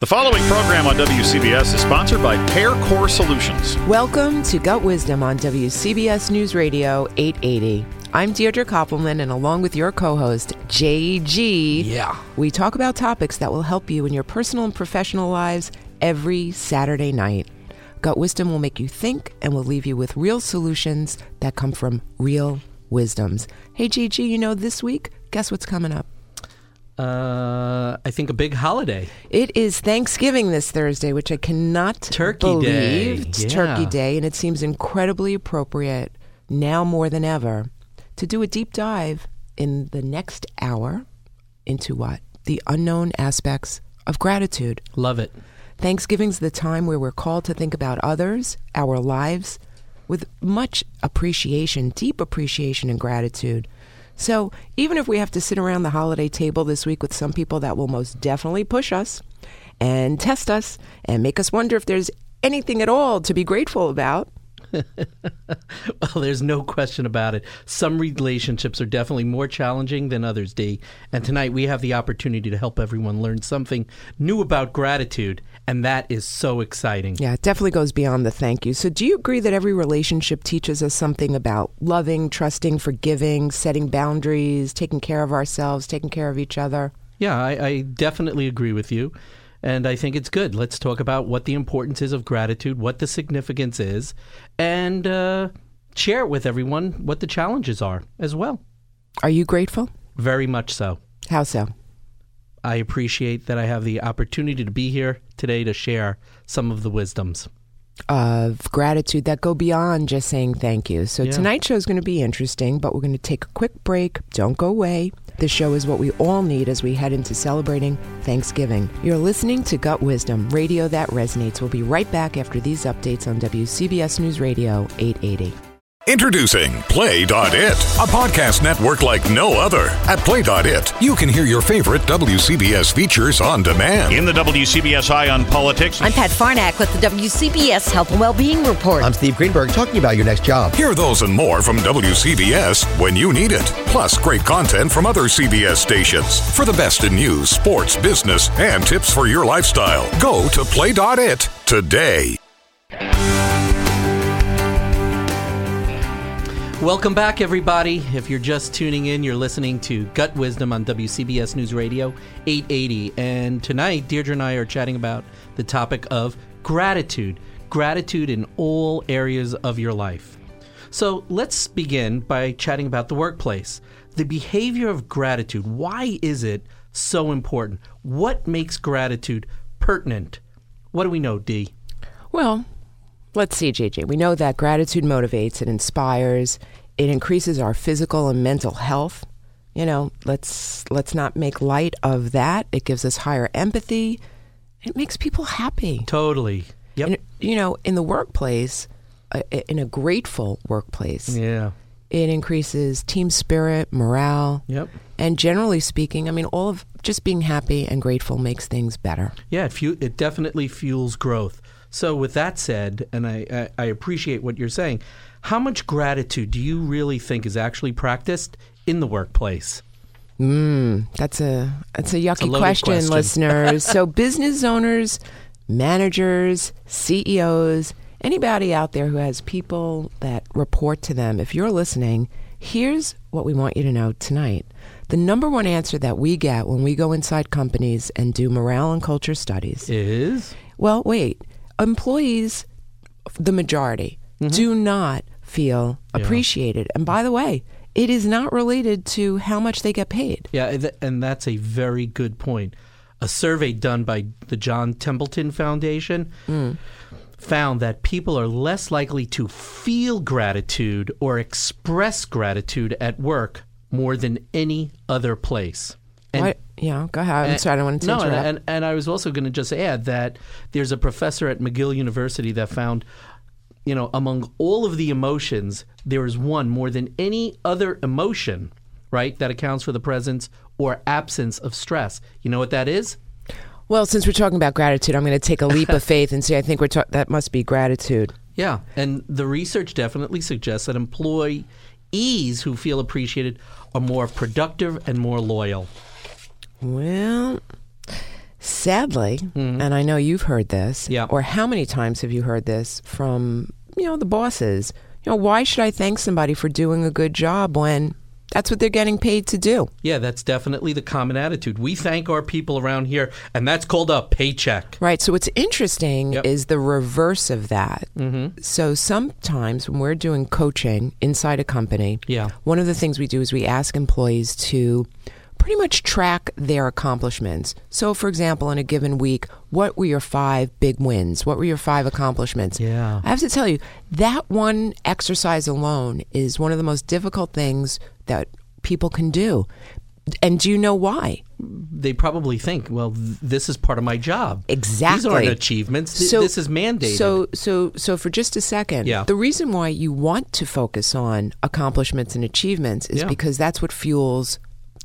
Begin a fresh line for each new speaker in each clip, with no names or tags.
The following program on WCBS is sponsored by Pair Core Solutions.
Welcome to Gut Wisdom on WCBS News Radio 880. I'm Deirdre Koppelman, and along with your co host, JG,
Yeah.
we talk about topics that will help you in your personal and professional lives every Saturday night. Gut Wisdom will make you think and will leave you with real solutions that come from real wisdoms. Hey, JG, you know, this week, guess what's coming up?
Uh, I think a big holiday.
It is Thanksgiving this Thursday, which I cannot
Turkey
believe.
Day,
It's
yeah.
Turkey Day, and it seems incredibly appropriate now more than ever to do a deep dive in the next hour into what? The unknown aspects of gratitude.
Love it.
Thanksgiving's the time where we're called to think about others, our lives, with much appreciation, deep appreciation and gratitude. So, even if we have to sit around the holiday table this week with some people that will most definitely push us and test us and make us wonder if there's anything at all to be grateful about,
Well, there's no question about it. Some relationships are definitely more challenging than others, D. And tonight we have the opportunity to help everyone learn something new about gratitude, and that is so exciting.
yeah, it definitely goes beyond the thank you. So, do you agree that every relationship teaches us something about loving, trusting, forgiving, setting boundaries, taking care of ourselves, taking care of each other?
Yeah, I, I definitely agree with you. And I think it's good. Let's talk about what the importance is of gratitude, what the significance is, and uh, share it with everyone what the challenges are as well.
Are you grateful?
Very much so.
How so?
I appreciate that I have the opportunity to be here today to share some of the wisdoms.
Of gratitude that go beyond just saying thank you. So
Yeah.
tonight's show is going to be interesting, but we're going to take a quick break. Don't go away. This show is what we all need as we head into celebrating Thanksgiving. You're listening to Gut Wisdom, radio that resonates. We'll be right back after these updates on WCBS News Radio 880.
Introducing Play.it, a podcast network like no other. At Play.it, you can hear your favorite WCBS features on demand.
In the WCBS Eye on Politics,
I'm Pat Farnack with the WCBS Health and Wellbeing Report.
I'm Steve Greenberg talking about your next job.
Hear those and more from WCBS when you need it. Plus, great content from other CBS stations. For the best in news, sports, business, and tips for your lifestyle, go to Play.it today.
Welcome back, everybody. If you're just tuning in, you're listening to Gut Wisdom on WCBS News Radio 880. And tonight, Deirdre and I are chatting about the topic of gratitude gratitude in all areas of your life. So let's begin by chatting about the workplace. The behavior of gratitude, why is it so important? What makes gratitude pertinent? What do we know, Dee?
Well, let's see, JJ. We know that gratitude motivates, it inspires, it increases our physical and mental health. You know, let's let's not make light of that. It gives us higher empathy. It makes people happy.
Totally. Yep.
And, you know, in the workplace, uh, in a grateful workplace,
yeah.
it increases team spirit, morale.
Yep.
And generally speaking, I mean, all of just being happy and grateful makes things better.
Yeah, it, fu- it definitely fuels growth. So, with that said, and I, I, I appreciate what you're saying, how much gratitude do you really think is actually practiced in the workplace?
Mm, That's a that's a yucky
loaded
question,
question.
listeners. so business owners, managers, CEOs, anybody out there who has people that report to them, if you're listening, here's what we want you to know tonight. The number one answer that we get when we go inside companies and do morale and culture studies.
Is?
Well, wait. Employees, the majority, do not feel appreciated. And by the way, it is not related to how much they get paid.
Yeah, and th- and that's a very good point. A survey done by the John Templeton Foundation found that people are less likely to feel gratitude or express gratitude at work more than any other place. And
Why- yeah, go ahead. I'm
And-
sorry, I don't want to
no, and-
interrupt.
And, and I was also going to just add that there's a professor at McGill University that found, you know, among all of the emotions, there is one more than any other emotion, right, that accounts for the presence or absence of stress. You know what that is?
well, since we're talking about gratitude, I'm going to take a leap of faith and say I think we're ta- that must be gratitude.
Yeah, and the research definitely suggests that employees who feel appreciated are more productive and more loyal.
Well, Sadly, and I know you've heard this,
Mm-hmm. Yeah.
or how many times have you heard this from, you know, the bosses? You know, why should I thank somebody for doing a good job when that's what they're getting paid to do?
Yeah, that's definitely the common attitude. We thank our people around here, and that's called a paycheck.
Right. So what's interesting
Yep.
is the reverse of that. Mm-hmm. So sometimes when we're doing coaching inside a company,
Yeah.
one of the things we do is we ask employees to pretty much track their accomplishments. So for example, in a given week, what were your five big wins? What were your five accomplishments?
Yeah.
I have to tell you, that one exercise alone is one of the most difficult things that people can do. And do you know why?
They probably think, well, th- this is part of my job. These
Exactly.
aren't achievements. Th- this is mandated.
So, so, so for just a second,
Yeah.
the reason why you want to focus on accomplishments and achievements is
Yeah.
because that's what fuels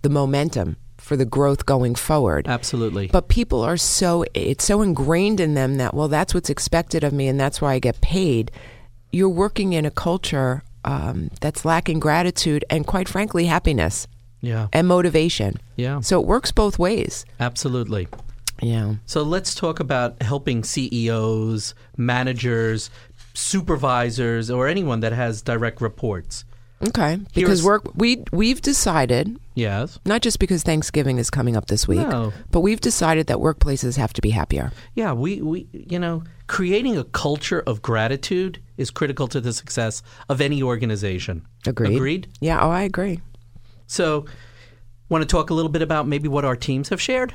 the momentum for the growth going forward.
Uh, Absolutely.
But people are so it's so ingrained in them that well, that's what's expected of me, and that's why I get paid. You're working in a culture um, that's lacking gratitude and, quite frankly, happiness
yeah,
and motivation.
Yeah.
So it works both ways.
absolutely.
Yeah.
So let's talk about helping CEOs, managers, supervisors, or anyone that has direct reports.
Okay.
Here's-
Because work we we've decided
Yes.
not just because Thanksgiving is coming up this week,
No.
but we've decided that workplaces have to be happier.
Yeah, we, we you know, creating a culture of gratitude is critical to the success of any organization.
Agreed.
Agreed?
Yeah, oh, I agree.
So want to talk a little bit about maybe what our teams have shared?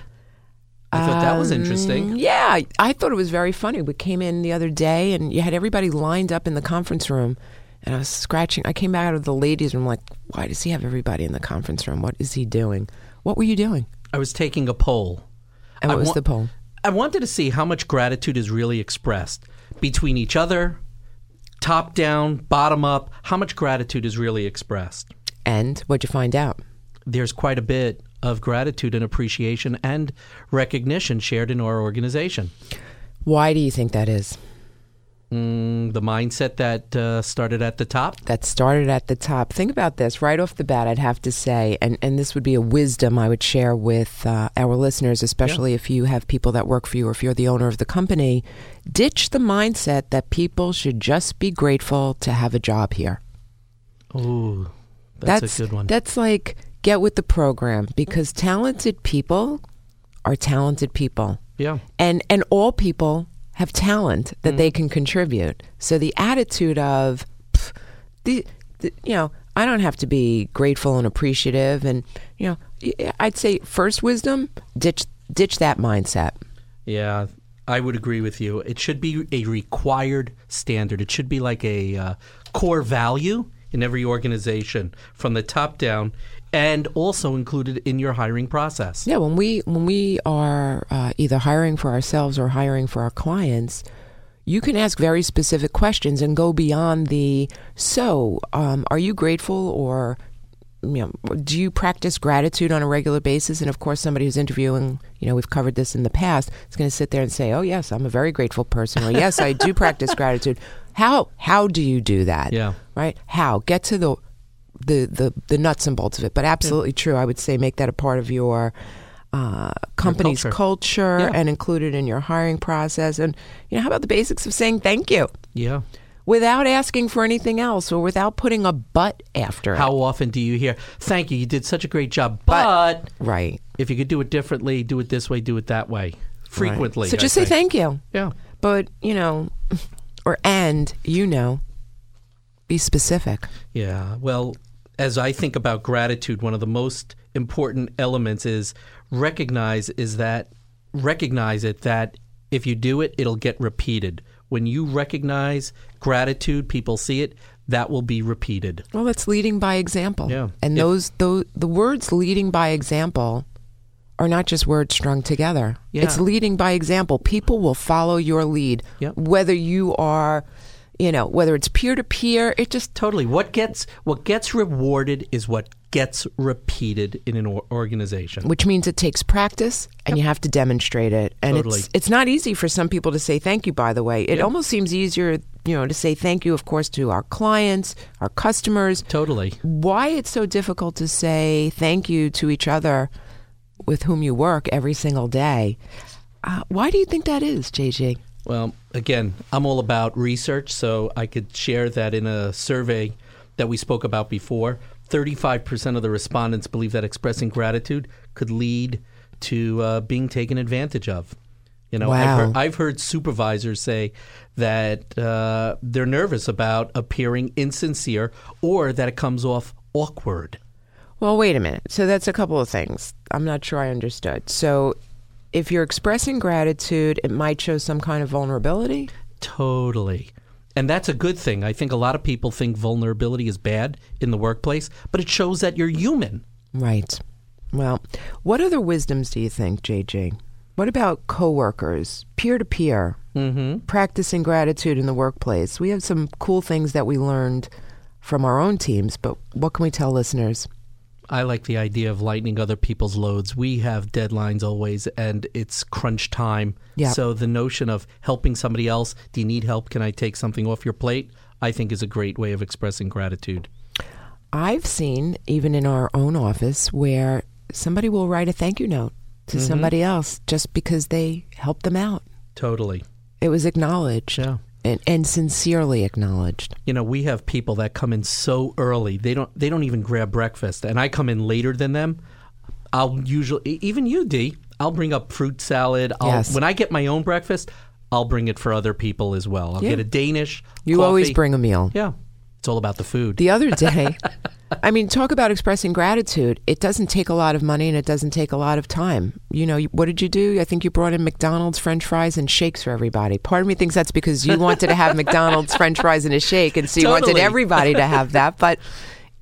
I thought that
Um,
was interesting.
Yeah, I thought it was very funny. We came in the other day and you had everybody lined up in the conference room. And I was scratching. I came out of the ladies' room like, why does he have everybody in the conference room? What is he doing? What were you doing?
I was taking a poll.
And what
I
was
wa-
the poll?
I wanted to see how much gratitude is really expressed between each other, top down, bottom up, how much gratitude is really expressed.
And what'd you find out?
There's quite a bit of gratitude and appreciation and recognition shared in our organization.
Why do you think that is?
The mindset that uh, started at the top.
that started at the top. Think about this right off the bat. I'd have to say, and and this would be a wisdom I would share with uh, our listeners, especially if you have people that work for you or if you're the owner of the company. Ditch the mindset that people should just be grateful to have a job here.
Ooh, that's, a good one.
That's like get with the program because talented people are talented people
yeah.
and and all people have talent that they can contribute. So the attitude of "Pff, the, the you know I don't have to be grateful and appreciative, and you know y- I'd say first wisdom ditch ditch that mindset.
Yeah, I would agree with you. It should be a required standard. It should be like a uh, core value in every organization from the top down and also included in your hiring process.
Yeah, when we when we are uh, either hiring for ourselves or hiring for our clients, you can ask very specific questions and go beyond the so. Um, are you grateful or you know, do you practice gratitude on a regular basis? And of course, somebody who's interviewing, you know, we've covered this in the past, is going to sit there and say, "Oh yes, I'm a very grateful person," or "Yes, I do practice gratitude." How how do you do that?
Yeah.
right? How get to the the the, the nuts and bolts of it? But absolutely true. I would say make that a part of your uh, company's
culture.
culture,
Yeah.
and include it in your hiring process. And you know, how about the basics of saying thank you
Yeah.
without asking for anything else or without putting a but after it?
How often do you hear, thank you, you did such a great job, but,
But- Right.
if you could do it differently, do it this way, do it that way, frequently.
So
I
just say
think.
thank you.
Yeah.
But, you know, or and, you know, be specific.
Yeah. Well, as I think about gratitude, one of the most important elements is recognize is that recognize it that if you do it, it'll get repeated. When you recognize gratitude, people see it, that will be repeated.
Well, that's leading by example.
Yeah.
And
If-
those, those the words leading by example are not just words strung together.
Yeah.
It's leading by example. People will follow your lead
Yep.
whether you are, you know, whether it's peer to peer, it just
Totally. What gets what gets rewarded is what gets repeated in an or- organization.
which means it takes practice and you have to demonstrate it. And
Totally.
it's it's not easy for some people to say thank you. By the way, it almost seems easier, you know, to say thank you, of course, to our clients, our customers.
Totally.
Why it's so difficult to say thank you to each other with whom you work every single day? Uh, why do you think that is, JJ?
Well, again, I'm all about research, so I could share that in a survey that we spoke about before. 35% of the respondents believe that expressing gratitude could lead to uh, being taken advantage of. You know,
Wow.
I've, heard, I've heard supervisors say that uh, they're nervous about appearing insincere or that it comes off awkward.
Well, wait a minute. So that's a couple of things. I'm not sure I understood. So if you're expressing gratitude, it might show some kind of vulnerability.
Totally. And that's a good thing. I think a lot of people think vulnerability is bad in the workplace, but it shows that you're human.
Right. Well, what other wisdoms do you think, JJ? What about coworkers, peer to peer, Mm-hmm. practicing gratitude in the workplace? We have some cool things that we learned from our own teams, but what can we tell listeners?
I like the idea of lightening other people's loads. We have deadlines always, and it's crunch time.
Yeah.
So the notion of helping somebody else, do you need help? Can I take something off your plate? I think is a great way of expressing gratitude.
I've seen, even in our own office, where somebody will write a thank you note to somebody else just because they helped them out.
Totally.
It was acknowledged
Yeah.
and, and sincerely acknowledged.
You know, we have people that come in so early. They don't they don't even grab breakfast, and I come in later than them. I'll usually e- even you, D, I'll bring up fruit salad. I'll,
Yes.
When I get my own breakfast, I'll bring it for other people as well. I'll
Yeah.
get a Danish.
You always
coffee.
bring a meal.
Yeah. It's all about the food.
The other day, I mean, talk about expressing gratitude. It doesn't take a lot of money and it doesn't take a lot of time. You know, you- what did you do? I think you brought in McDonald's French fries and shakes for everybody. Part of me thinks that's because you wanted to have McDonald's French fries and a shake, and so you wanted
Totally.
everybody to have that. But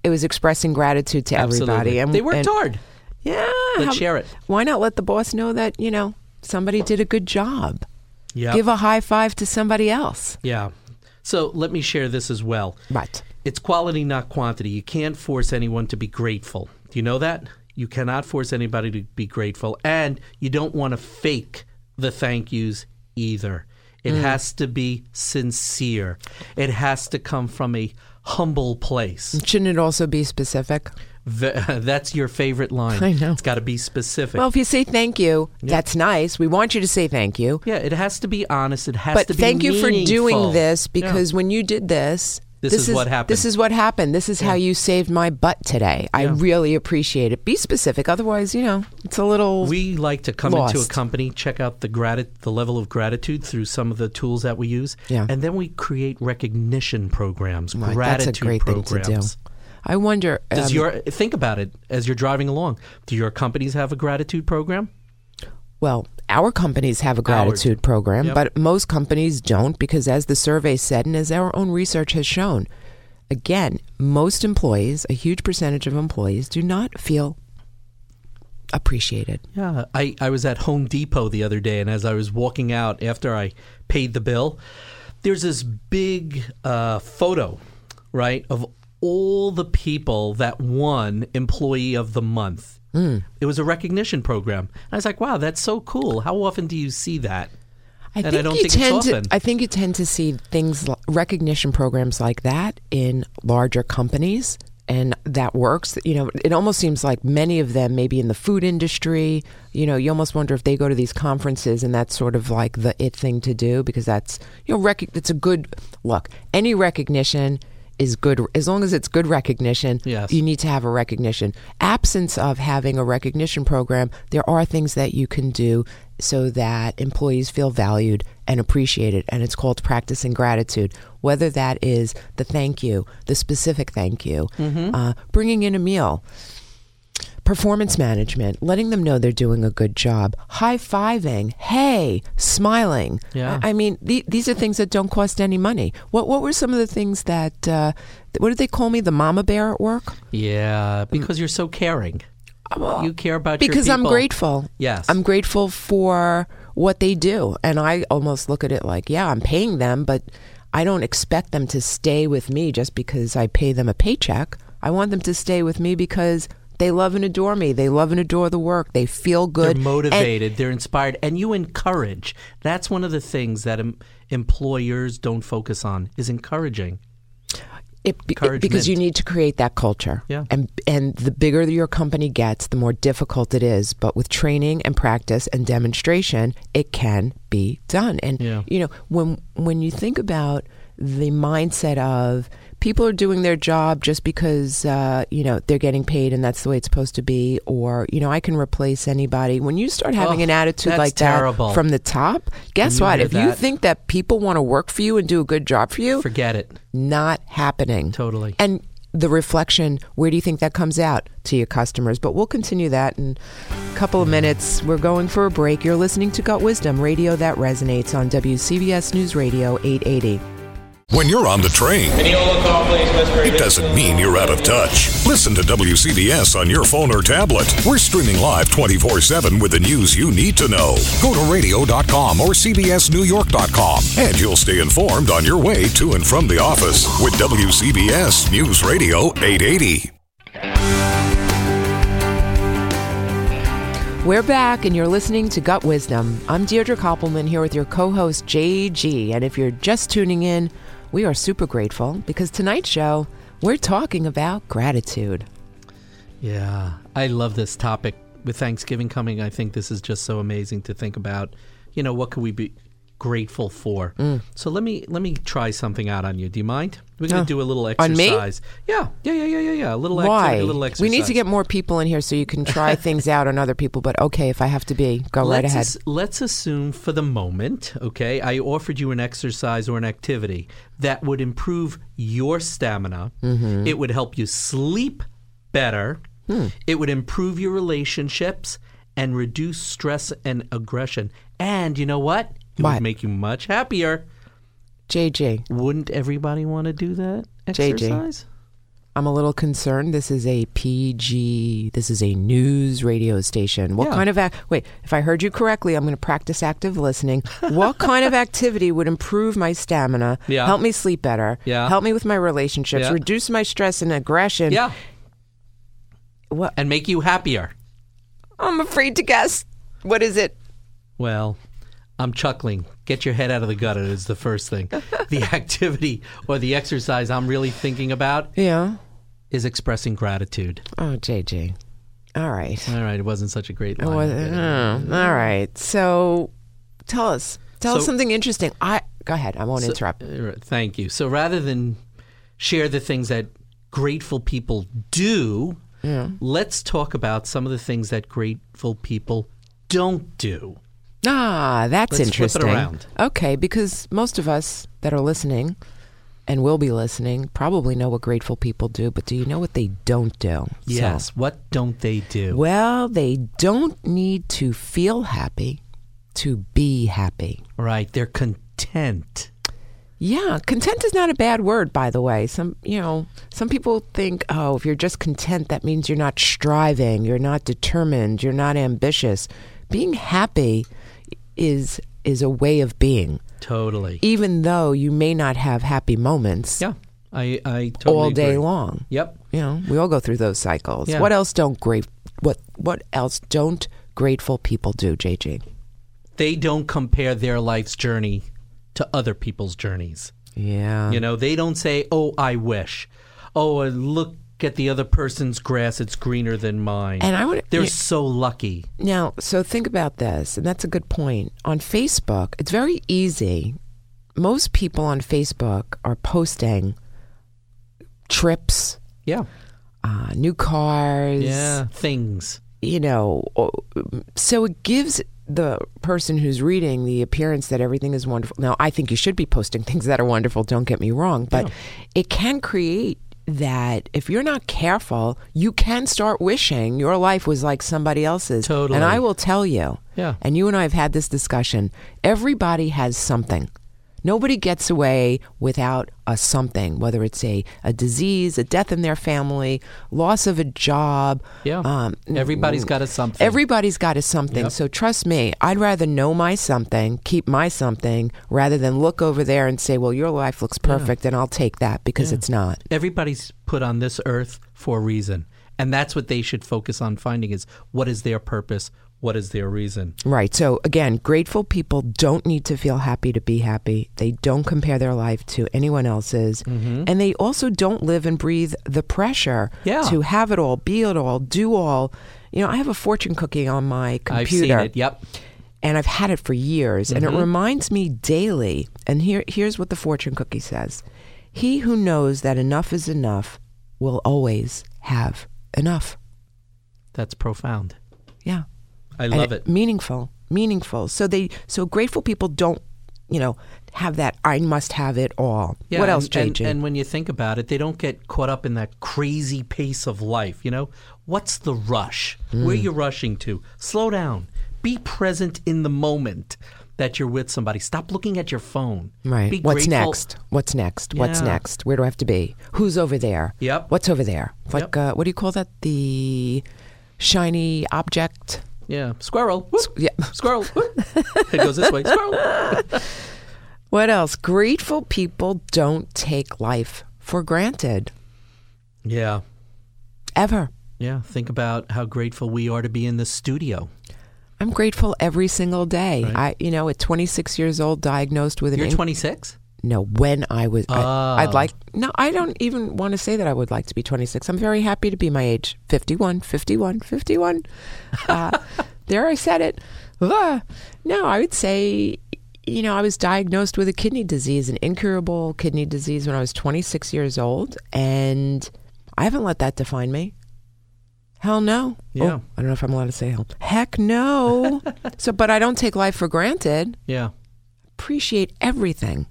it was expressing gratitude to everybody.
Absolutely.
And
they worked
and-
hard.
Yeah,
Let's
how-
share it.
Why not let the boss know that you know somebody did a good job?
Yeah.
Give a high five to somebody else.
yeah. So let me share this as well.
Right.
It's quality, not quantity. You can't force anyone to be grateful. Do you know that? You cannot force anybody to be grateful. And you don't want to fake the thank yous either.
Mm.
It has to be sincere, it has to come from a humble place.
Shouldn't it also be specific?
Ve- That's your favorite line.
I know.
It's got to be specific.
Well, if you say thank you, that's nice. We want you to say thank you.
yeah, it has to be honest. It has
But
to be
thank you for
meaningful.
doing this
Yeah.
because when you did this,
This is what happened.
This is what happened. This is how you saved my butt today. I really appreciate it. Be specific. Otherwise, you know, it's a little.
We like to come into
Lost.
a company, check out the grati- the level of gratitude through some of the tools that we use,
Yeah.
and then we create recognition programs,
Right,
gratitude
that's a great
programs.
thing to do. I wonder.
Does
um,
your think about it as you're driving along? Do your companies have a gratitude program?
Well, our companies have a gratitude program,
Yep.
but most companies don't because, as the survey said, and as our own research has shown, again, most employees, a huge percentage of employees, do not feel appreciated.
Yeah, I, I was at Home Depot the other day, and as I was walking out after I paid the bill, there's this big uh, photo, right, of all the people that won Employee of the Month.
Hmm.
It was a recognition program. And I was like, wow, that's so cool. How often do you see that?
I
And I
think
don't
you
think it's
tend to.
often.
I think you tend to see things li- recognition programs like that in larger companies, and that works. You know, it almost seems like many of them, maybe in the food industry, you know, you almost wonder if they go to these conferences and that's sort of like the it thing to do because that's you know, rec- it's a good look. Any recognition is good as long as it's good recognition.
Yes.
you need to have a recognition. Absence of having a recognition program, there are things that you can do so that employees feel valued and appreciated. And it's called practicing gratitude, whether that is the thank you, the specific thank you, uh, bringing in a meal. Performance management, letting them know they're doing a good job, high fiving, hey, smiling.
Yeah.
I, I mean, the, these are things that don't cost any money. What What were some of the things that? Uh, what did they call me? The mama bear at work?
Yeah, because you're so caring. You care about your
mm. Uh, because I'm
people.
grateful.
Yes.
I'm grateful for what they do, and I almost look at it like, yeah, I'm paying them, but I don't expect them to stay with me just because I pay them a paycheck. I want them to stay with me because they love and adore me. They love and adore the work. They feel good.
They're
And-
motivated. they're inspired, and you encourage. That's one of the things that em- employers don't focus on is encouraging.
It, be-
Encouragement.
because you need to create that culture.
Yeah.
And and the bigger your company gets, the more difficult it is, but with training and practice and demonstration, it can be done. And
Yeah.
you know, when when you think about the mindset of people are doing their job just because uh, you know they're getting paid and that's the way it's supposed to be or you know I can replace anybody when you start having
Oh,
an attitude
that's
like
terrible.
that from the top guess
you
what
hear
if you
that-
think that people want to work for you and do a good job for you
Forget it.
not happening.
Totally.
And the reflection, where do you think that comes out to your customers? But we'll continue that in a couple of minutes. We're going for a break. You're listening to Gut Wisdom, radio that resonates on WCBS News Radio 880.
When you're on the train, it doesn't mean you're out of touch. Listen to WCBS on your phone or tablet. We're streaming live 24 7 with the news you need to know. Go to radio.com or cbsnewyork.com and you'll stay informed on your way to and from the office with WCBS News Radio 880.
We're back, and you're listening to Gut Wisdom. I'm Deirdre Koppelman here with your co host, JG. And if you're just tuning in, we are super grateful because tonight's show, we're talking about gratitude.
Yeah, I love this topic. With Thanksgiving coming, I think this is just so amazing to think about. You know, what could we be grateful for?
Mm.
So let me let me try something out on you. Do you mind? We're gonna
Oh.
do a little
On me?
exercise. Yeah, yeah, yeah, yeah, yeah, yeah. A little
Why?
activity, a little exercise.
We need to get more people in here so you can try things out on other people. But okay, if I have to be, go right
let's
ahead.
as- let's assume for the moment, okay, I offered you an exercise or an activity that would improve your stamina.
Mm-hmm.
It would help you sleep better.
Hmm.
It would improve your relationships and reduce stress and aggression. And you know what? It
What?
would make you much happier.
JJ,
Wouldn't everybody want to do that
JJ.
exercise?
I'm a little concerned. This is a PG. This is a news radio station. What
Yeah.
kind of ac- wait? If I heard you correctly, I'm going to practice active listening. What kind of activity would improve my stamina?
Yeah.
Help me sleep better.
Yeah.
Help me with my relationships.
Yeah.
Reduce my stress and aggression.
Yeah,
What?
and make you happier.
I'm afraid to guess. What is it?
Well, I'm chuckling. Get your head out of the gutter is the first thing. the activity or the exercise I'm really thinking about
Yeah.
is expressing gratitude.
Oh, JJ. All right.
All right, it wasn't such a great line.
Well,
did it?
oh, all right. So tell us. Tell us
So-
something interesting. I go ahead. I won't interrupt.
Uh, Thank you. So rather than share the things that grateful people do, let's talk about some of the things that grateful people don't do.
Ah, that's
Let's flip it
interesting.
around.
Okay, because most of us that are listening and will be listening probably know what grateful people do, but do you know what they don't do? So-
Yes, what don't they do?
well, they don't need to feel happy to be happy.
Right, they're content.
Yeah, content is not a bad word, by the way. Some, you know, some people think, oh, if you're just content, that means you're not striving, you're not determined, you're not ambitious. Being happy is is a way of being,
Totally.
even though you may not have happy moments
Yeah, I, I totally
all day
agree.
long.
Yep.
You know, we all go through those cycles.
Yeah.
What else don't great? What what else don't grateful people do, JJ?
they don't compare their life's journey to other people's journeys.
Yeah,
You know, they don't say, "Oh, I wish." Oh, uh, look at the other person's grass; it's greener than mine.
And I would-
They're
yeah.
so lucky.
Now, so think about this, and that's a good point. On Facebook, it's very easy. Most people on Facebook are posting trips,
Yeah.
uh, new cars,
Yeah. Things.
you know. o- So it gives the person who's reading the appearance that everything is wonderful. Now, I think you should be posting things that are wonderful, don't get me wrong, but it can create that if you're not careful, you can start wishing your life was like somebody else's.
Totally.
And I will tell you.
Yeah.
And you and I have had this discussion. Everybody has something. Nobody gets away without a something, whether it's a, a disease, a death in their family, loss of a job.
Yeah. Everybody's got a something.
Um, Everybody's got a something. So trust me, I'd rather know my something, keep my something, rather than look over there and say, well, your life looks perfect and I'll take that because it's not.
Everybody's put on this earth for a reason, and that's what they should focus on finding: is what is their purpose? what is their reason?
Right. So again, grateful people don't need to feel happy to be happy. They don't compare their life to anyone else's. And they also don't live and breathe the pressure
Mm-hmm. Yeah.
to have it all, be it all, do all. You know, I have a fortune cookie on my
I've seen
computer
it. Yep.
and I've had it for years,
Mm-hmm.
and it reminds me daily. And here, here's what the fortune cookie says: He who knows that enough is enough will always have enough.
That's profound.
Yeah,
I
And
love it.
Meaningful, meaningful. So they, so grateful people don't, you know, have that. I must have it all.
Yeah,
what else,
and, and-
JJ?
And, when you think about it, they don't get caught up in that crazy pace of life. You know, what's the rush?
Hmm.
Where are you rushing to? Slow down. Be present in the moment that you're with somebody. Stop looking at your phone.
right.
Be
What's
grateful.
next? What's next? What's
Yeah.
next? Where do I have to be? Who's over there?
Yep.
What's over there? Like,
Yep.
uh, what do you call that? The shiny object.
Yeah. Squirrel. Whoop.
Yeah.
Squirrel. Whoop. it goes this way. Squirrel.
What else? Grateful people don't take life for granted
Yeah.
ever.
Yeah. Think about how grateful we are to be in this studio.
I'm grateful every single day. I, you know, at 26 years old, diagnosed with an
You're
inc-
26?
no. When I was,
Ah.
I, I'd like no. I don't even want to say that I would like to be 26. I'm very happy to be my age, 51, 51, 51. Uh, there, I said it. Ugh. No, I would say, you know, I was diagnosed with a kidney disease, an incurable kidney disease, when I was 26 years old, and I haven't let that define me. Hell no.
Yeah.
Oh, I don't know if I'm allowed to say hell. Heck no. so, but I don't take life for granted.
Yeah.
Appreciate everything.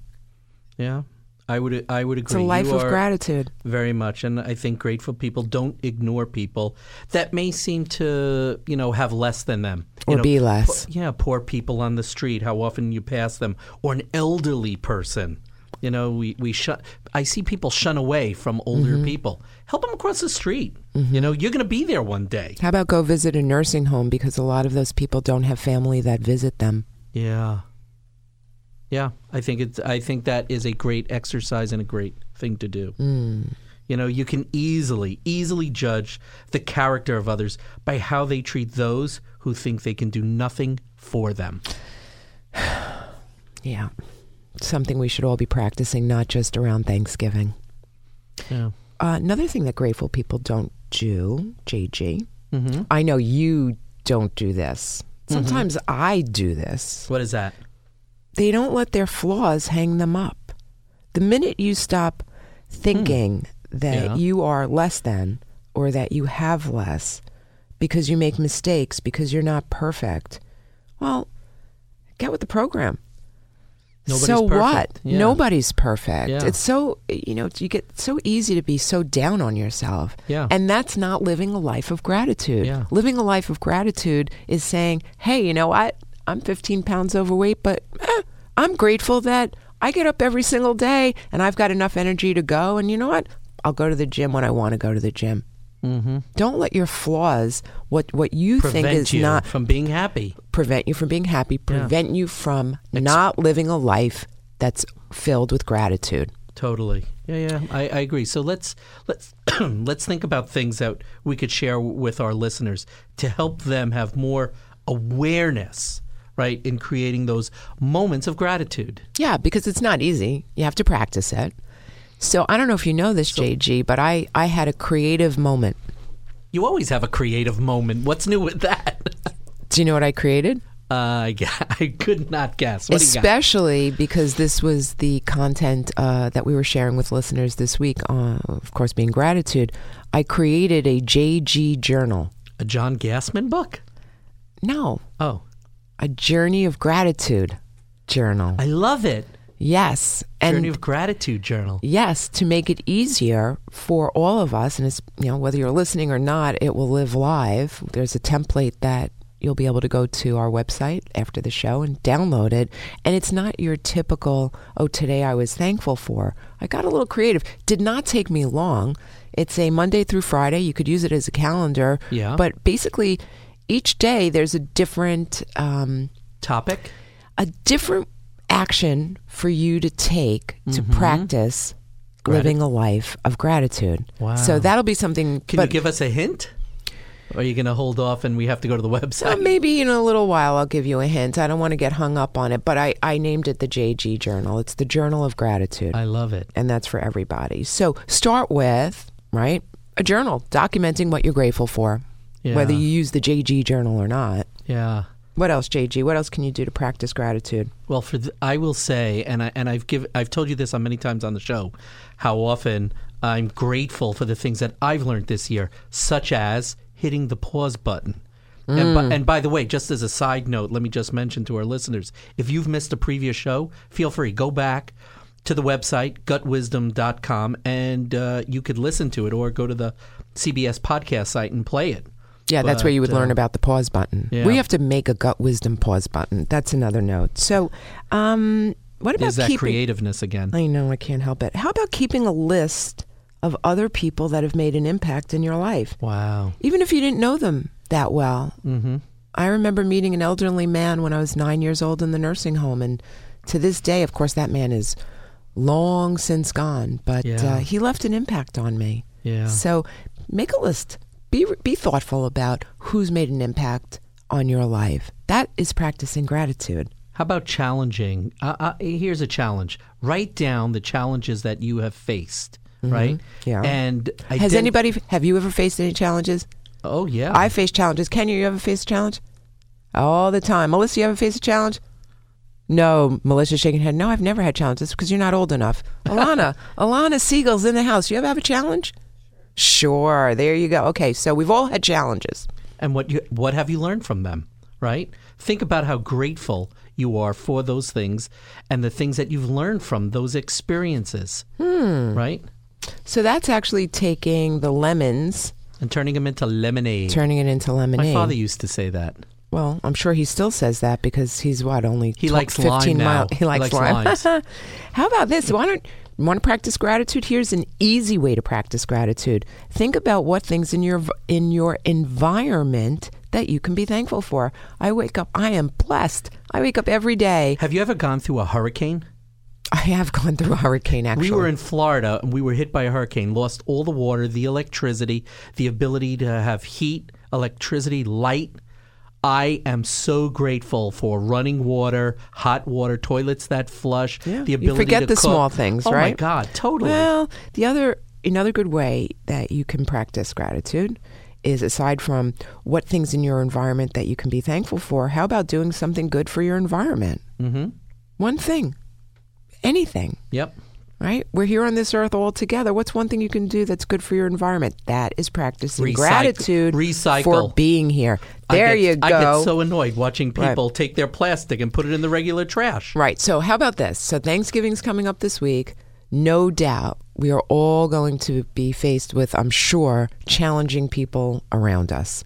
Yeah. I would I would
It's
agree.
a life
You
of
are-
gratitude.
very much and i think grateful people don't ignore people that may seem to you know have less than them you
Or
know,
be less.
po- yeah poor people on the street how often you pass them or an elderly person you know we, we shun i see people shun away from older
Mm-hmm.
people help them across the street you know you're going to be there one day
How about go visit a nursing home because a lot of those people don't have family that visit them.
yeah yeah i think it's i think that is a great exercise and a great thing to do
Mm.
You know, you can easily, easily judge the character of others by how they treat those who think they can do nothing for them.
Yeah. Something we should all be practicing, not just around Thanksgiving.
Yeah.
Uh, another thing that grateful people don't do, JG,
Mm-hmm.
I know you don't do this. Sometimes I do this.
What is that?
They don't let their flaws hang them up. The minute you stop thinking that
Hmm. Yeah.
you are less than or that you have less because you make mistakes, because you're not perfect, well, get with the program.
Nobody's
so what?
perfect. Yeah.
Nobody's perfect.
Yeah.
It's so you know you get so easy to be so down on yourself.
Yeah.
and that's not living a life of gratitude.
Yeah.
living a life of gratitude is saying, hey, you know what? I'm 15 pounds overweight, but eh, I'm grateful that I get up every single day and I've got enough energy to go. And you know what? I'll go to the gym when I want to go to the gym. Mm-hmm. Don't let your flaws, what what you
Prevent
think is
you
not
from being happy.
prevent you from being happy, prevent you from not living a life that's filled with gratitude.
Totally. Yeah, yeah. I, I agree. So let's let's let's think about things that we could share with our listeners to help them have more awareness, right, in creating those moments of gratitude.
Yeah, because it's not easy. You have to practice it. So I don't know if you know this, JG, but I, I had a creative moment.
You always have a creative moment. What's new with that?
Do you know what I created?
Uh, yeah, I could not guess. What do you got?
Especially because this was the content uh, that we were sharing with listeners this week, uh, of course, being gratitude. I created a JG journal.
A John Gassman book?
No,
Oh,
a journey of gratitude journal.
I love it.
Yes.
Journey of Gratitude Journal.
Yes, to make it easier for all of us, and it's you know whether you're listening or not, it will live live. There's a template that you'll be able to go to our website after the show and download it. And it's not your typical oh today I was thankful for. I got a little creative. Did not take me long. It's a Monday through Friday. You could use it as a calendar.
Yeah.
But basically, each day there's a different. Um,
Topic?
a different action for you to take to
Mm-hmm.
practice living a life of gratitude.
Wow.
So that'll be something.
Can you
but
give us a hint? Or are you going to hold off and we have to go to the
Uh,
website?
maybe in a little while I'll give you a hint. I don't want to get hung up on it, but I, I named it the JG Journal. It's the Journal of Gratitude,
I love it.
and that's for everybody. So start with, right, a journal documenting what you're grateful for,
Yeah.
whether you use the JG Journal or not.
Yeah.
What else, JG? What else can you do to practice gratitude?
Well, for th- I will say, and I and I've give I've told you this on many times on the show, how often I'm grateful for the things that I've learned this year, such as hitting the pause button. And, by, and by the way, just as a side note, let me just mention to our listeners: if you've missed a previous show, feel free go back to the website gutwisdom.com and uh, you could listen to it, or go to the CBS podcast site and play it.
Yeah, that's where you would
But, uh,
learn about the pause button.
yeah.
We have to make a gut wisdom pause button. That's another note. So, um, what about
There's that
keeping?
creativeness again.
I know I can't help it. How about keeping a list of other people that have made an impact in your life,
Wow.
even if you didn't know them that well? Mm-hmm. I remember meeting an elderly man when I was nine years old in the nursing home, and to this day, of course, that man is long since gone, but
Yeah.
uh, he left an impact on me.
Yeah.
So make a list. Be be thoughtful about who's made an impact on your life. That is practicing gratitude.
How about challenging? Uh, uh, here's a challenge: write down the challenges that you have faced. Right?
Mm-hmm. Yeah.
And
Has
ident-
anybody have you ever faced any challenges?
Oh yeah.
I face challenges. Kenya, you ever face a challenge? All the time. Melissa, you ever face a challenge? No, Melissa's shaking her head. No, I've never had challenges because you're not old enough. Alana, Alana Siegel's in the house. You ever have a challenge? Sure. There you go. Okay, so we've all had challenges.
and what you what have you learned from them? Right? Think about how grateful you are for those things and the things that you've learned from those experiences.
Hmm.
Right?
So that's actually taking the lemons,
And turning them into lemonade.
turning it into
My
lemonade.
father used to say that.
Well, I'm sure he still says that because he's what only
He
tw-
likes
15
lime now.
mile- He likes,
He likes
lime.
limes.
How about this? Why don't want to practice gratitude? Here's an easy way to practice gratitude. Think about what things in your v- in your environment that you can be thankful for. I wake up. I am blessed. I wake up every day.
Have you ever gone through a hurricane?
I have gone through a hurricane. Actually,
We were in Florida and we were hit by a hurricane, lost all the water, the electricity, the ability to have heat, electricity, light. I am so grateful for running water, hot water, toilets that flush,
Yeah.
the
You
ability
forget
to
the
cook.
small things,
Oh my
right?
God, totally.
Well, the other another good way that you can practice gratitude is aside from what things in your environment that you can be thankful for, how about doing something good for your environment? Mm-hmm. One thing, anything,
yep.
right? We're here on this earth all together. What's one thing you can do that's good for your environment? That is practicing
Recycle-
gratitude
recycle.
for being here. There
I get,
you go.
I get so annoyed watching
Right.
people take their plastic and put it in the regular trash.
Right. So, how about this? So, Thanksgiving's coming up this week. No doubt we are all going to be faced with, I'm sure, challenging people around us.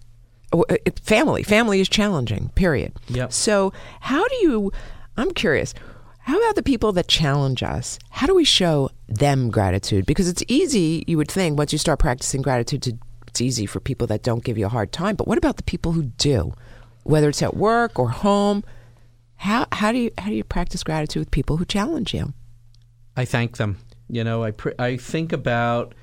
Oh, uh, it- Family. Family is challenging, period.
Yep.
So, how do you, I'm curious, how about the people that challenge us? How do we show them gratitude? Because it's easy, you would think, once you start practicing gratitude, to, it's easy for people that don't give you a hard time. But what about the people who do? Whether it's at work or home, how how do you how do you practice gratitude with people who challenge you?
I thank them. You know, I pr- I think about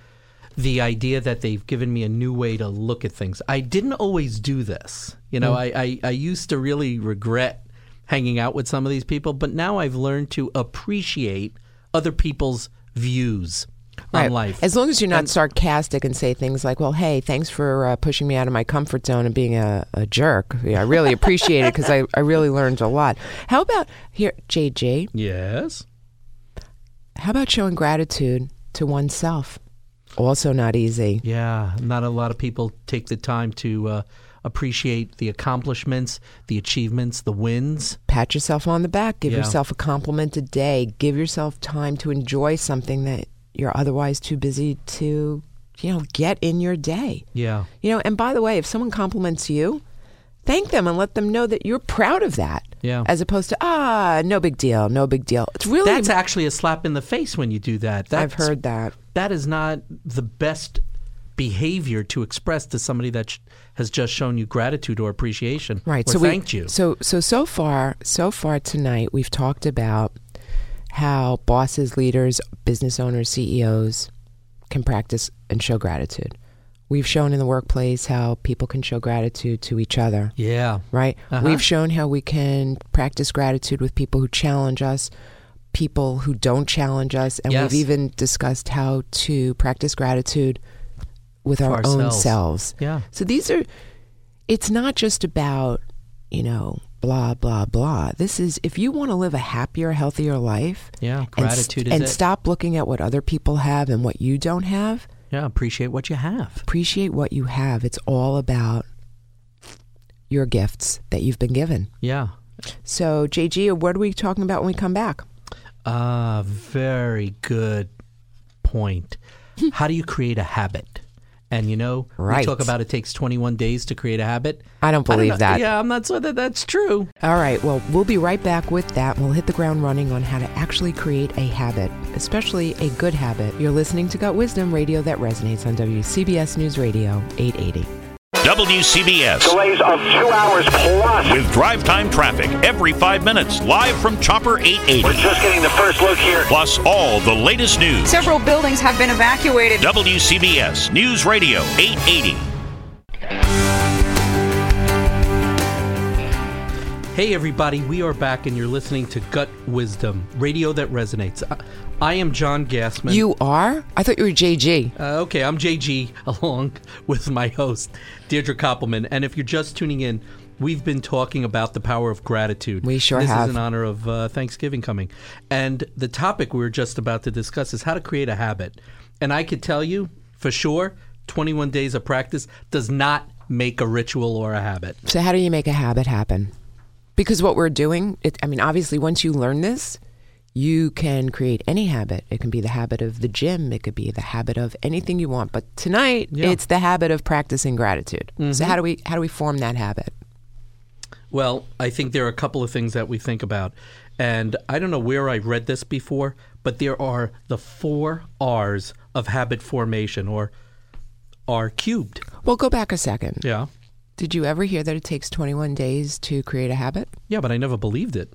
the idea that they've given me a new way to look at things. I didn't always do this. You know,
Mm.
I, I, I used to really regret hanging out with some of these people, but now I've learned to appreciate other people's views on life.
As long as you're not sarcastic and say things like, "Well, hey, thanks for uh, pushing me out of my comfort zone and being a, a jerk. Yeah, I really appreciate it because I, I really learned a lot." How about here, JJ?
yes.
How about showing gratitude to oneself? Also, not easy.
Yeah, not a lot of people take the time to uh, appreciate the accomplishments, the achievements, the wins.
pat yourself on the back, give
Yeah.
yourself a compliment a day, give yourself time to enjoy something that you're otherwise too busy to, you know, get in your day.
Yeah.
You know, and by the way, if someone compliments you, thank them and let them know that you're proud of that.
Yeah.
As opposed to, ah, no big deal, no big deal. It's really
That's actually a slap in the face when you do that.
I've
That's
heard that.
that is not the best behavior to express to somebody that sh- has just shown you gratitude or appreciation
Right.
or
so
thanked
we,
you.
So so so far so far tonight we've talked about how E bosses, leaders, business owners, CEOs can practice and show gratitude. We've shown in the workplace how people can show gratitude to each other,
Yeah.
right?
Uh-huh.
We've shown how we can practice gratitude with people who challenge us, people who don't challenge us, and
Yes.
we've even discussed how to practice gratitude with
For
our own
ourselves.
selves.
Yeah.
So these are, it's not just about, you know, blah, blah, blah. This is, if you want to live a happier, healthier life,
Yeah,
and
gratitude
st-
is
and
it.
stop looking at what other people have and what you don't have,
Yeah, appreciate what you have.
appreciate what you have. It's all about your gifts that you've been given.
Yeah.
So, JG, what are we talking about when we come back?
Ah, very good point. How do you create a habit? And you know, we
Right.
talk about it takes 21 days to create a habit.
I don't believe
know-
that.
Yeah, I'm not sure that that's true.
All right, well, we'll be right back with that. We'll hit the ground running on how to actually create a habit, especially a good habit. You're listening to Gut Wisdom Radio that resonates on WCBS News Radio 880.
WCBS
delays of two hours plus.
with drive time traffic every five minutes, live from Chopper
We're
880.
just getting the first look here.
Plus all the latest news.
Several buildings have been evacuated.
WCBS News Radio 880.
Hey, everybody, we are back, and you're listening to Gut Wisdom, radio that resonates. I, I am John Gassman.
You are? I thought you were JG.
Uh, okay, I'm JG, along with my host, Deirdre Koppelman. And if you're just tuning in, we've been talking about the power of gratitude.
We sure
this
have.
is in honor of uh, Thanksgiving coming. And the topic we were just about to discuss is how to create a habit. And I could tell you for sure 21 days of practice does not make a ritual or a habit.
So how do you make a habit happen? Because what we're doing, it, I mean, obviously, once you learn this, you can create any habit. It can be the habit of the gym. It could be the habit of anything you want. But tonight,
Yeah. Mm-hmm.
it's the habit of practicing gratitude. So how do we how do we form that habit?
Well, I think there are a couple of things that we think about. And I don't know where I read this before, but there are the four R's of habit formation or R cubed.
Well, go back a second.
Yeah.
Did you ever hear that it takes 21 days to create a habit?
Yeah, but I never believed it.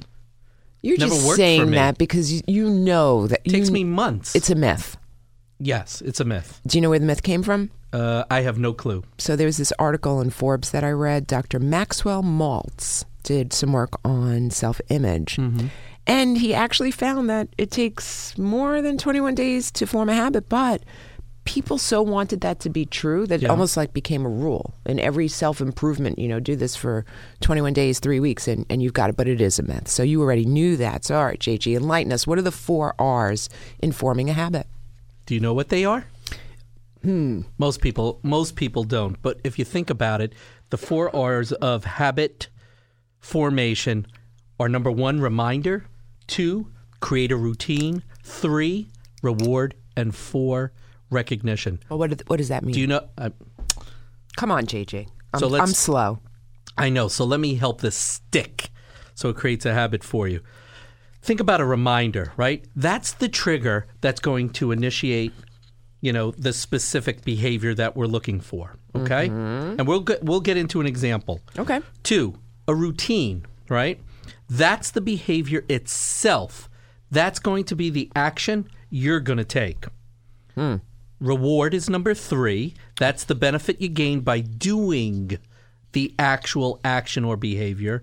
You're
Never worked
just
for
saying
me.
that because you, you know that
It takes
you-
me months.
It's a myth.
yes, it's a myth.
Do you know where the myth came from?
Uh, I have no clue.
So there was this article in Forbes that I read. Dr. Maxwell Maltz did some work on self image.
Mm-hmm.
And he actually found that it takes more than 21 days to form a habit, but people so wanted that to be true that it
Yeah.
almost like became a rule in every self improvement, you know, do this for 21 days, three weeks, and, and you've got it. But it is a myth. So you already knew that. So, all right, JG, enlighten us. What are the four R's in forming a habit?
Do you know what they are? Hmm. Most people, most people don't. But if you think about it, the four R's of habit formation are number one, reminder; two, create a routine; three, reward; and four, recognition.
Well, what, do th- what does that mean?
Do you know? uh, I,
Come on, JG. I'm,
So let's-
I'm slow.
I know. So let me help this stick so it creates a habit for you. Think about a reminder, right? That's the trigger that's going to initiate, you know, the specific behavior that we're looking for, okay? And we'll get, we'll get into an example.
Okay.
Two, a routine, right? That's the behavior itself. That's going to be the action you're going to take. Reward is number three. That's the benefit you gain by doing the actual action or behavior.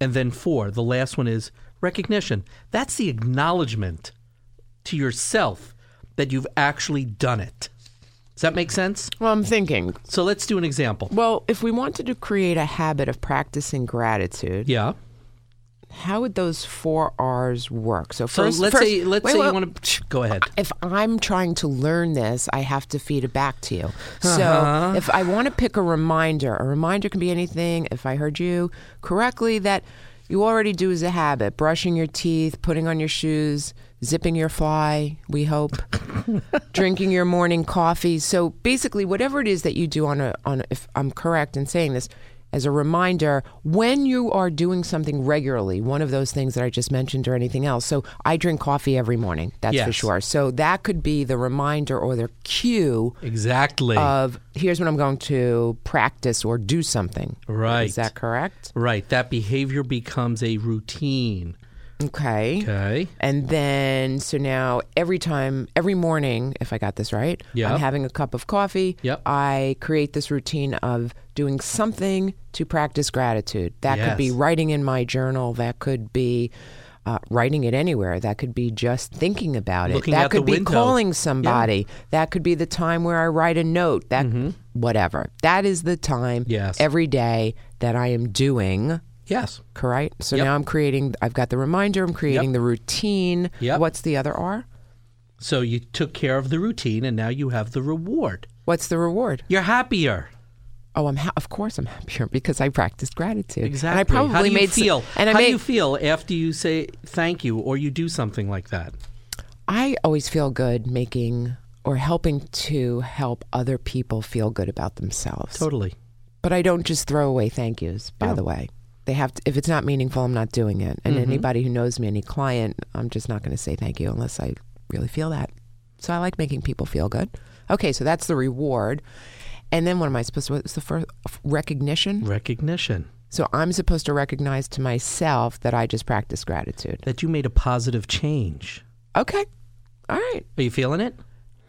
And then four, the last one is recognition. That's the acknowledgement to yourself that you've actually done it. Does that make sense?
Well, I'm thinking.
So let's do an example.
Well, if we wanted to create a habit of practicing gratitude,
Yeah.
how would those four R's work? So
So
first,
let's
first-
say let's
wait,
say
wait.
you want to go ahead.
If I'm trying to learn this, I have to feed it back to you. So
Uh-huh.
if I want to pick a reminder, a reminder can be anything. If I heard you correctly, that you already do as a habit: brushing your teeth, putting on your shoes, zipping your fly. We hope. drinking your morning coffee. So basically, whatever it is that you do on a on, a, if I'm correct in saying this, as a reminder, when you are doing something regularly, one of those things that I just mentioned or anything else. So I drink coffee every morning. That's for
Yes.
sure. So that could be the reminder or the cue
Exactly.
of here's when I'm going to practice or do something.
Right.
Is that correct?
Right. That behavior becomes a routine.
Okay.
Okay.
And then, so now every time, every morning, if I got this right,
Yeah.
I'm having a cup of coffee.
Yep.
I create this routine of doing something to practice gratitude. That could be
Yes.
writing in my journal. That could be uh, writing it anywhere. That could be just thinking about it.
Looking
that
out the
could be
window.
calling somebody. That could be the time where I write a note. That whatever. That is the time
Mm-hmm. Yes.
every day that I am doing
Yes.
correct? E. So
Yep.
now I'm creating. I've got the reminder. I'm creating
Yep.
the routine.
Yep.
What's the other R?
So you took care of the routine and now you have the reward.
What's the reward?
You're happier.
Oh, I'm ha- of course I'm happier because I practiced gratitude.
Exactly.
And I probably
How do you
made s-
feel?
and I
How
made,
do you feel after you say thank you or you do something like that?
I always feel good making or helping to help other people feel good about themselves.
Totally.
But I don't just throw away thank yous. By the way. They have to, if it's not meaningful, I'm not doing it. And anybody who knows me, any client, I'm just not going to say thank you unless I really feel that. So I like making people feel good. Okay, so that's the reward. And then what am I supposed to? What's the first recognition?
Recognition
So I'm supposed to recognize to myself that I just practice gratitude.
that you made a positive change.
Okay, all right.
Are you feeling it?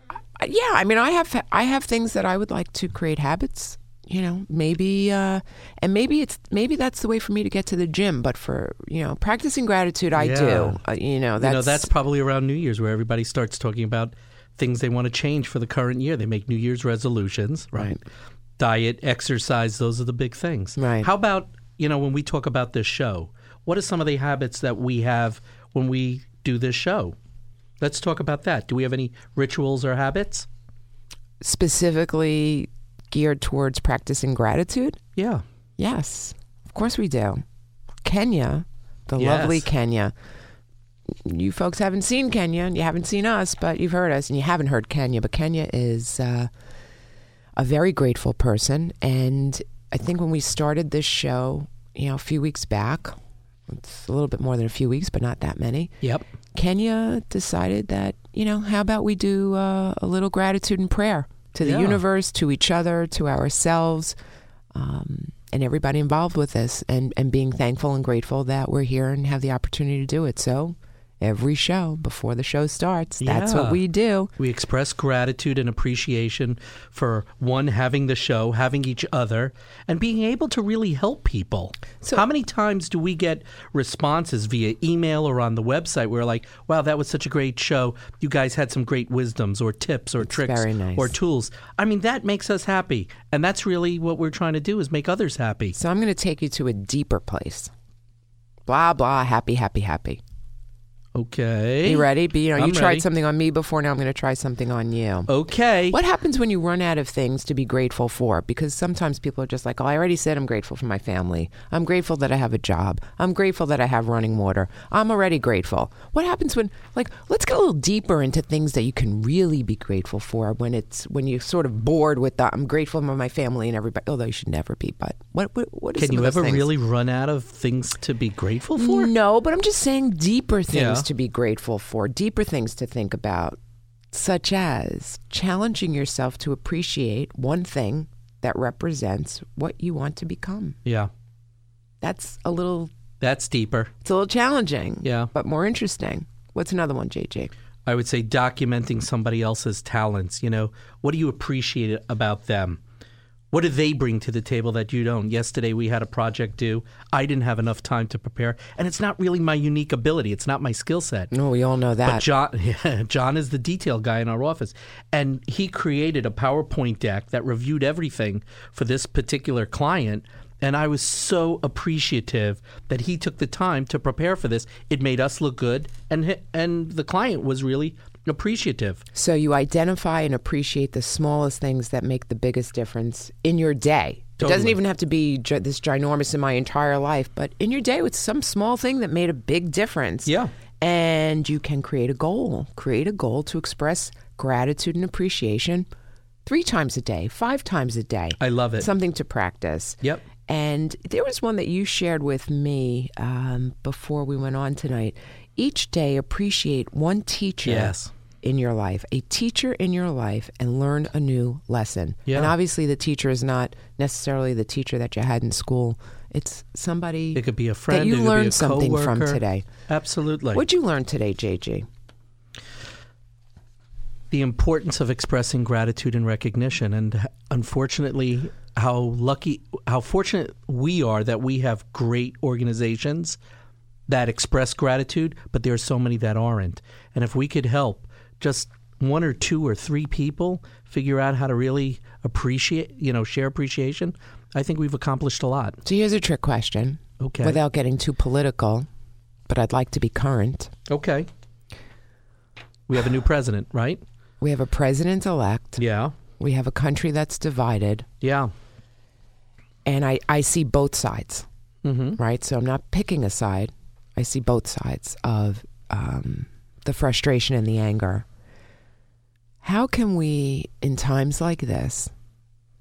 Uh, yeah i mean i have i have things that i would like to create habits you know maybe uh and maybe it's maybe that's the way for me to get to the gym but for you know practicing gratitude i
Yeah.
do uh, you know
you
that's
know, that's probably around New Year's where everybody starts talking about things they want to change for the current year. They make New Year's resolutions, right? Diet, exercise, those are the big things.
Right.
How about, you know, when we talk about this show, what are some of the habits that we have when we do this show? Let's talk about that. Do we have any rituals or habits?
specifically geared towards practicing gratitude
Yeah.
yes of course we do kenya the
Yes.
lovely kenya you folks haven't seen kenya and you haven't seen us but you've heard us and you haven't heard kenya but kenya is uh a very grateful person. And I think when we started this show, you know, a few weeks back, it's a little bit more than a few weeks, but not that many.
Yep.
Kenya decided that, you know, how about we do uh, a little gratitude and prayer to the
Yeah.
universe, to each other, to ourselves, um, and everybody involved with this, and, and being thankful and grateful that we're here and have the opportunity to do it. So every show, before the show starts, that's
Yeah.
what we do.
We express gratitude and appreciation for one having the show, having each other, and being able to really help people.
So-
How many times do we get responses via email or on the website where like, "Wow, that was such a great show. You guys had some great wisdoms or tips or tricks
very nice.
or tools." I mean, that makes us happy, and that's really what we're trying to do is make others happy.
So I'm going to take you to a deeper place. Blah blah, happy, happy, happy.
Okay.
You ready? But, you know,
I'm
you tried
ready.
something on me before. Now I'm going to try something on you.
Okay.
What happens when you run out of things to be grateful for? Because sometimes people are just like, "Oh, I already said I'm grateful for my family. I'm grateful that I have a job. I'm grateful that I have running water. I'm already grateful." What happens when, like, let's get a little deeper into things that you can really be grateful for when it's when you're sort of bored with the "I'm grateful for my family and everybody." Although you should never be, but what what, what is
Can
some
you
of those
ever
things? Mm.
really run out of things to be grateful for?
No, but I'm just saying deeper things
Yeah.
to be grateful for, deeper things to think about, such as challenging yourself to appreciate one thing that represents what you want to become.
Yeah.
That's a little
That's deeper.
it's a little challenging.
Yeah.
But more interesting. What's another one, JJ?
I would say documenting somebody else's talents. You know, what do you appreciate about them? What do they bring to the table that you don't? Yesterday we had a project due. I didn't have enough time to prepare, and it's not really my unique ability. It's not my skill set.
No, we all know
But
that.
John, John is the detail guy in our office, and he created a PowerPoint deck that reviewed everything for this particular client. And I was so appreciative that he took the time to prepare for this. It made us look good, and hi- and the client was really appreciative.
so you identify and appreciate the smallest things that make the biggest difference in your day. It doesn't
Totally.
even have to be gi- this ginormous in my entire life, but in your day, it's some small thing that made a big difference.
Yeah.
And you can create a goal. Create a goal to express gratitude and appreciation three times a day, five times a day.
I love it.
Something to practice.
Yep.
And there was one that you shared with me um, before we went on tonight. Each day, appreciate one teacher
Yes.
in your life, a teacher in your life, and learn a new lesson.
Yeah.
And obviously, the teacher is not necessarily the teacher that you had in school. It's somebody.
It could be a friend.
that
it
you
could be a
learned something from
coworker.
today.
Absolutely.
What'd you learn today, JG?
the importance of expressing gratitude and recognition and unfortunately how lucky how fortunate we are that we have great organizations that express gratitude but there are so many that aren't and if we could help just one or two or three people figure out how to really appreciate you know share appreciation i think we've accomplished a lot
So here's a trick question.
Okay.
Without getting too political, but I'd like to be current.
okay we have a new president right
We have a president elect.
yeah
We have a country that's divided.
yeah
And I, I see both sides, right? So I'm not picking a side. I see both sides of um, the frustration and the anger. How can we, in times like this,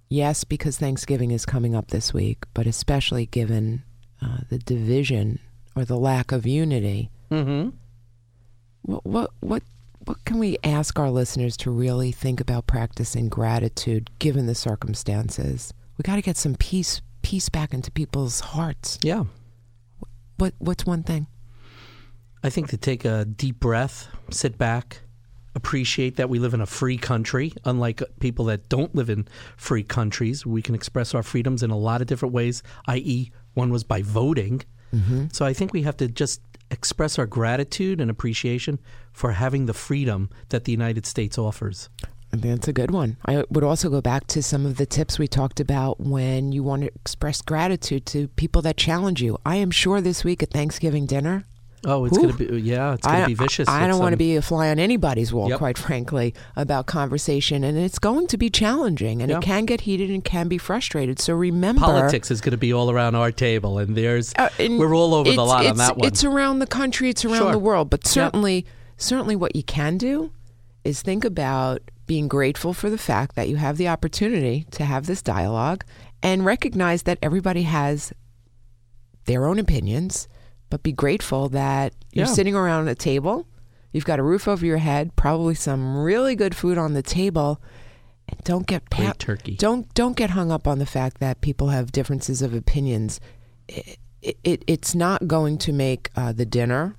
yes, because Thanksgiving is coming up this week, but especially given uh, the division or the lack of unity,
mm-hmm
what what what what can we ask our listeners to really think about practicing gratitude given the circumstances? We got to get some peace peace back into people's hearts.
yeah
What what's one thing?
I think to take a deep breath, sit back, appreciate that we live in a free country. Unlike people that don't live in free countries, we can express our freedoms in a lot of different ways, i.e., one was by voting.
Mm-hmm.
So I think we have to just express our gratitude and appreciation for having the freedom that the United States offers.
That's a good one. I would also go back to some of the tips we talked about when you want to express gratitude to people that challenge you. I am sure this week at Thanksgiving dinner,
Oh, it's going
Ooh.
to be, yeah, it's um, going to be vicious.
I,
with
don't want to
some-
be a fly on anybody's wall,
Yep.
quite frankly, about conversation. And it's going to be challenging and
Yeah.
it can get heated and can be frustrated. So remember
Politics is going to be all around our table, and there's
Uh, and
we're all over the
it's-
lot on
it's-
that one.
It's around the country, it's around
Sure.
the world, but
Yep.
certainly, certainly, what you can do is think about being grateful for the fact that you have the opportunity to have this dialogue, and recognize that everybody has their own opinions, but be grateful that you're
Yeah.
sitting around a table, you've got a roof over your head, probably some really good food on the table. and Don't get
Great
pa-
turkey.
Don't don't get hung up on the fact that people have differences of opinions. It, it it's not going to make uh, the dinner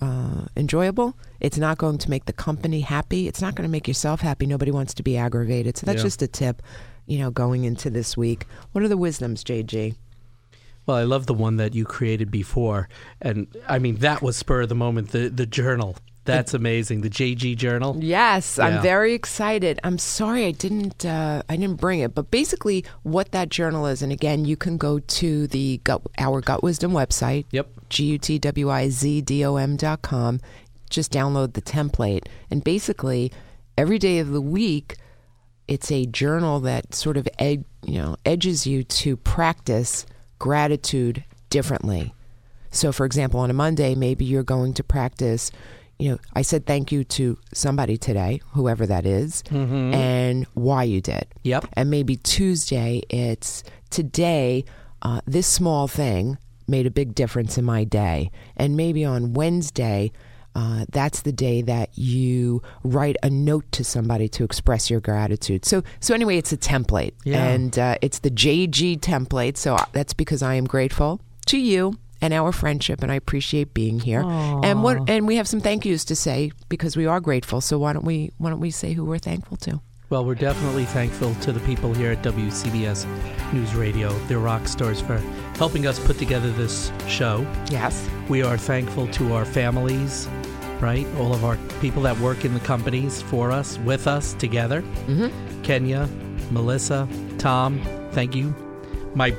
uh, enjoyable. It's not going to make the company happy. It's not going to make yourself happy. Nobody wants to be aggravated. So that's
Yeah.
just a tip, you know, going into this week. What are the wisdoms, JG?
Well, I love the one that you created before, and I mean that was spur of the moment. The the journal, that's amazing. The JG journal.
Yes,
Yeah.
I'm very excited. I'm sorry I didn't uh, I didn't bring it, but basically what that journal is, and again, you can go to the gut, our Gut Wisdom website.
Yep.
G U T W I Z D O M dot com. Just download the template, and basically every day of the week, it's a journal that sort of ed, you know edges you to practice gratitude differently. So, for example, on a Monday, maybe you're going to practice, you know, I said thank you to somebody today, whoever that is, and why you did.
Yep.
And maybe Tuesday, it's today, uh, this small thing made a big difference in my day. And maybe on Wednesday, uh, that's the day that you write a note to somebody to express your gratitude. So, so anyway, it's a template,
Yeah.
and uh, it's the JG template. So I- that's because I am grateful to you and our friendship, and I appreciate being here. And what and we have some thank yous to say because we are grateful. So why don't we why don't we say who we're thankful to?
Well, we're definitely thankful to the people here at WCBS News Radio. They're rock stars for helping us put together this show.
Yes.
We are thankful to our families, right? All of our people that work in the companies for us, with us, together. Mm-hmm. Kenya, Melissa, Tom, thank you. My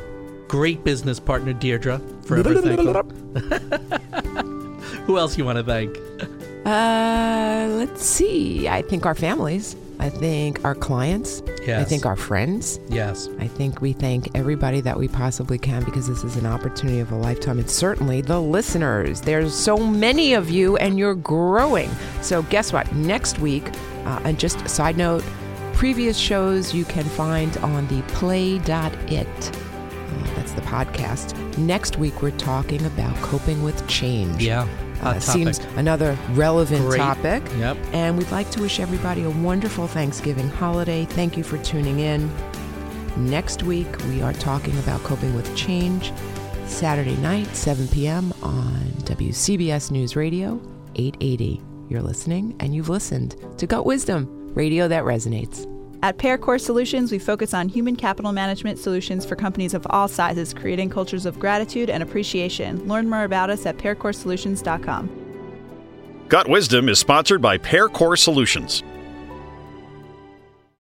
great business partner, Deirdre, forever thankful. Who else you want to thank?
Uh, let's see. I think our families. I think our clients. I
Yes.
think our friends.
Yes.
I think we thank everybody that we possibly can because this is an opportunity of a lifetime. And certainly the listeners. There's so many of you and you're growing. So, guess what? Next week, uh, and just a side note, previous shows you can find on the play.it. Uh, That's the podcast. Next week, we're talking about coping with change.
Yeah, hot
Uh, seems
topic.
another relevant
Great.
topic.
Yep.
And we'd like to wish everybody a wonderful Thanksgiving holiday. Thank you for tuning in. Next week, we are talking about coping with change. Saturday night, 7 p.m. on WCBS News Radio 880. You're listening and you've listened to Gut Wisdom, radio that resonates.
At Paracore Solutions, we focus on human capital management solutions for companies of all sizes, creating cultures of gratitude and appreciation. Learn more about us at paracoresolutions.com.
Gut Wisdom is sponsored by Pair Core Solutions,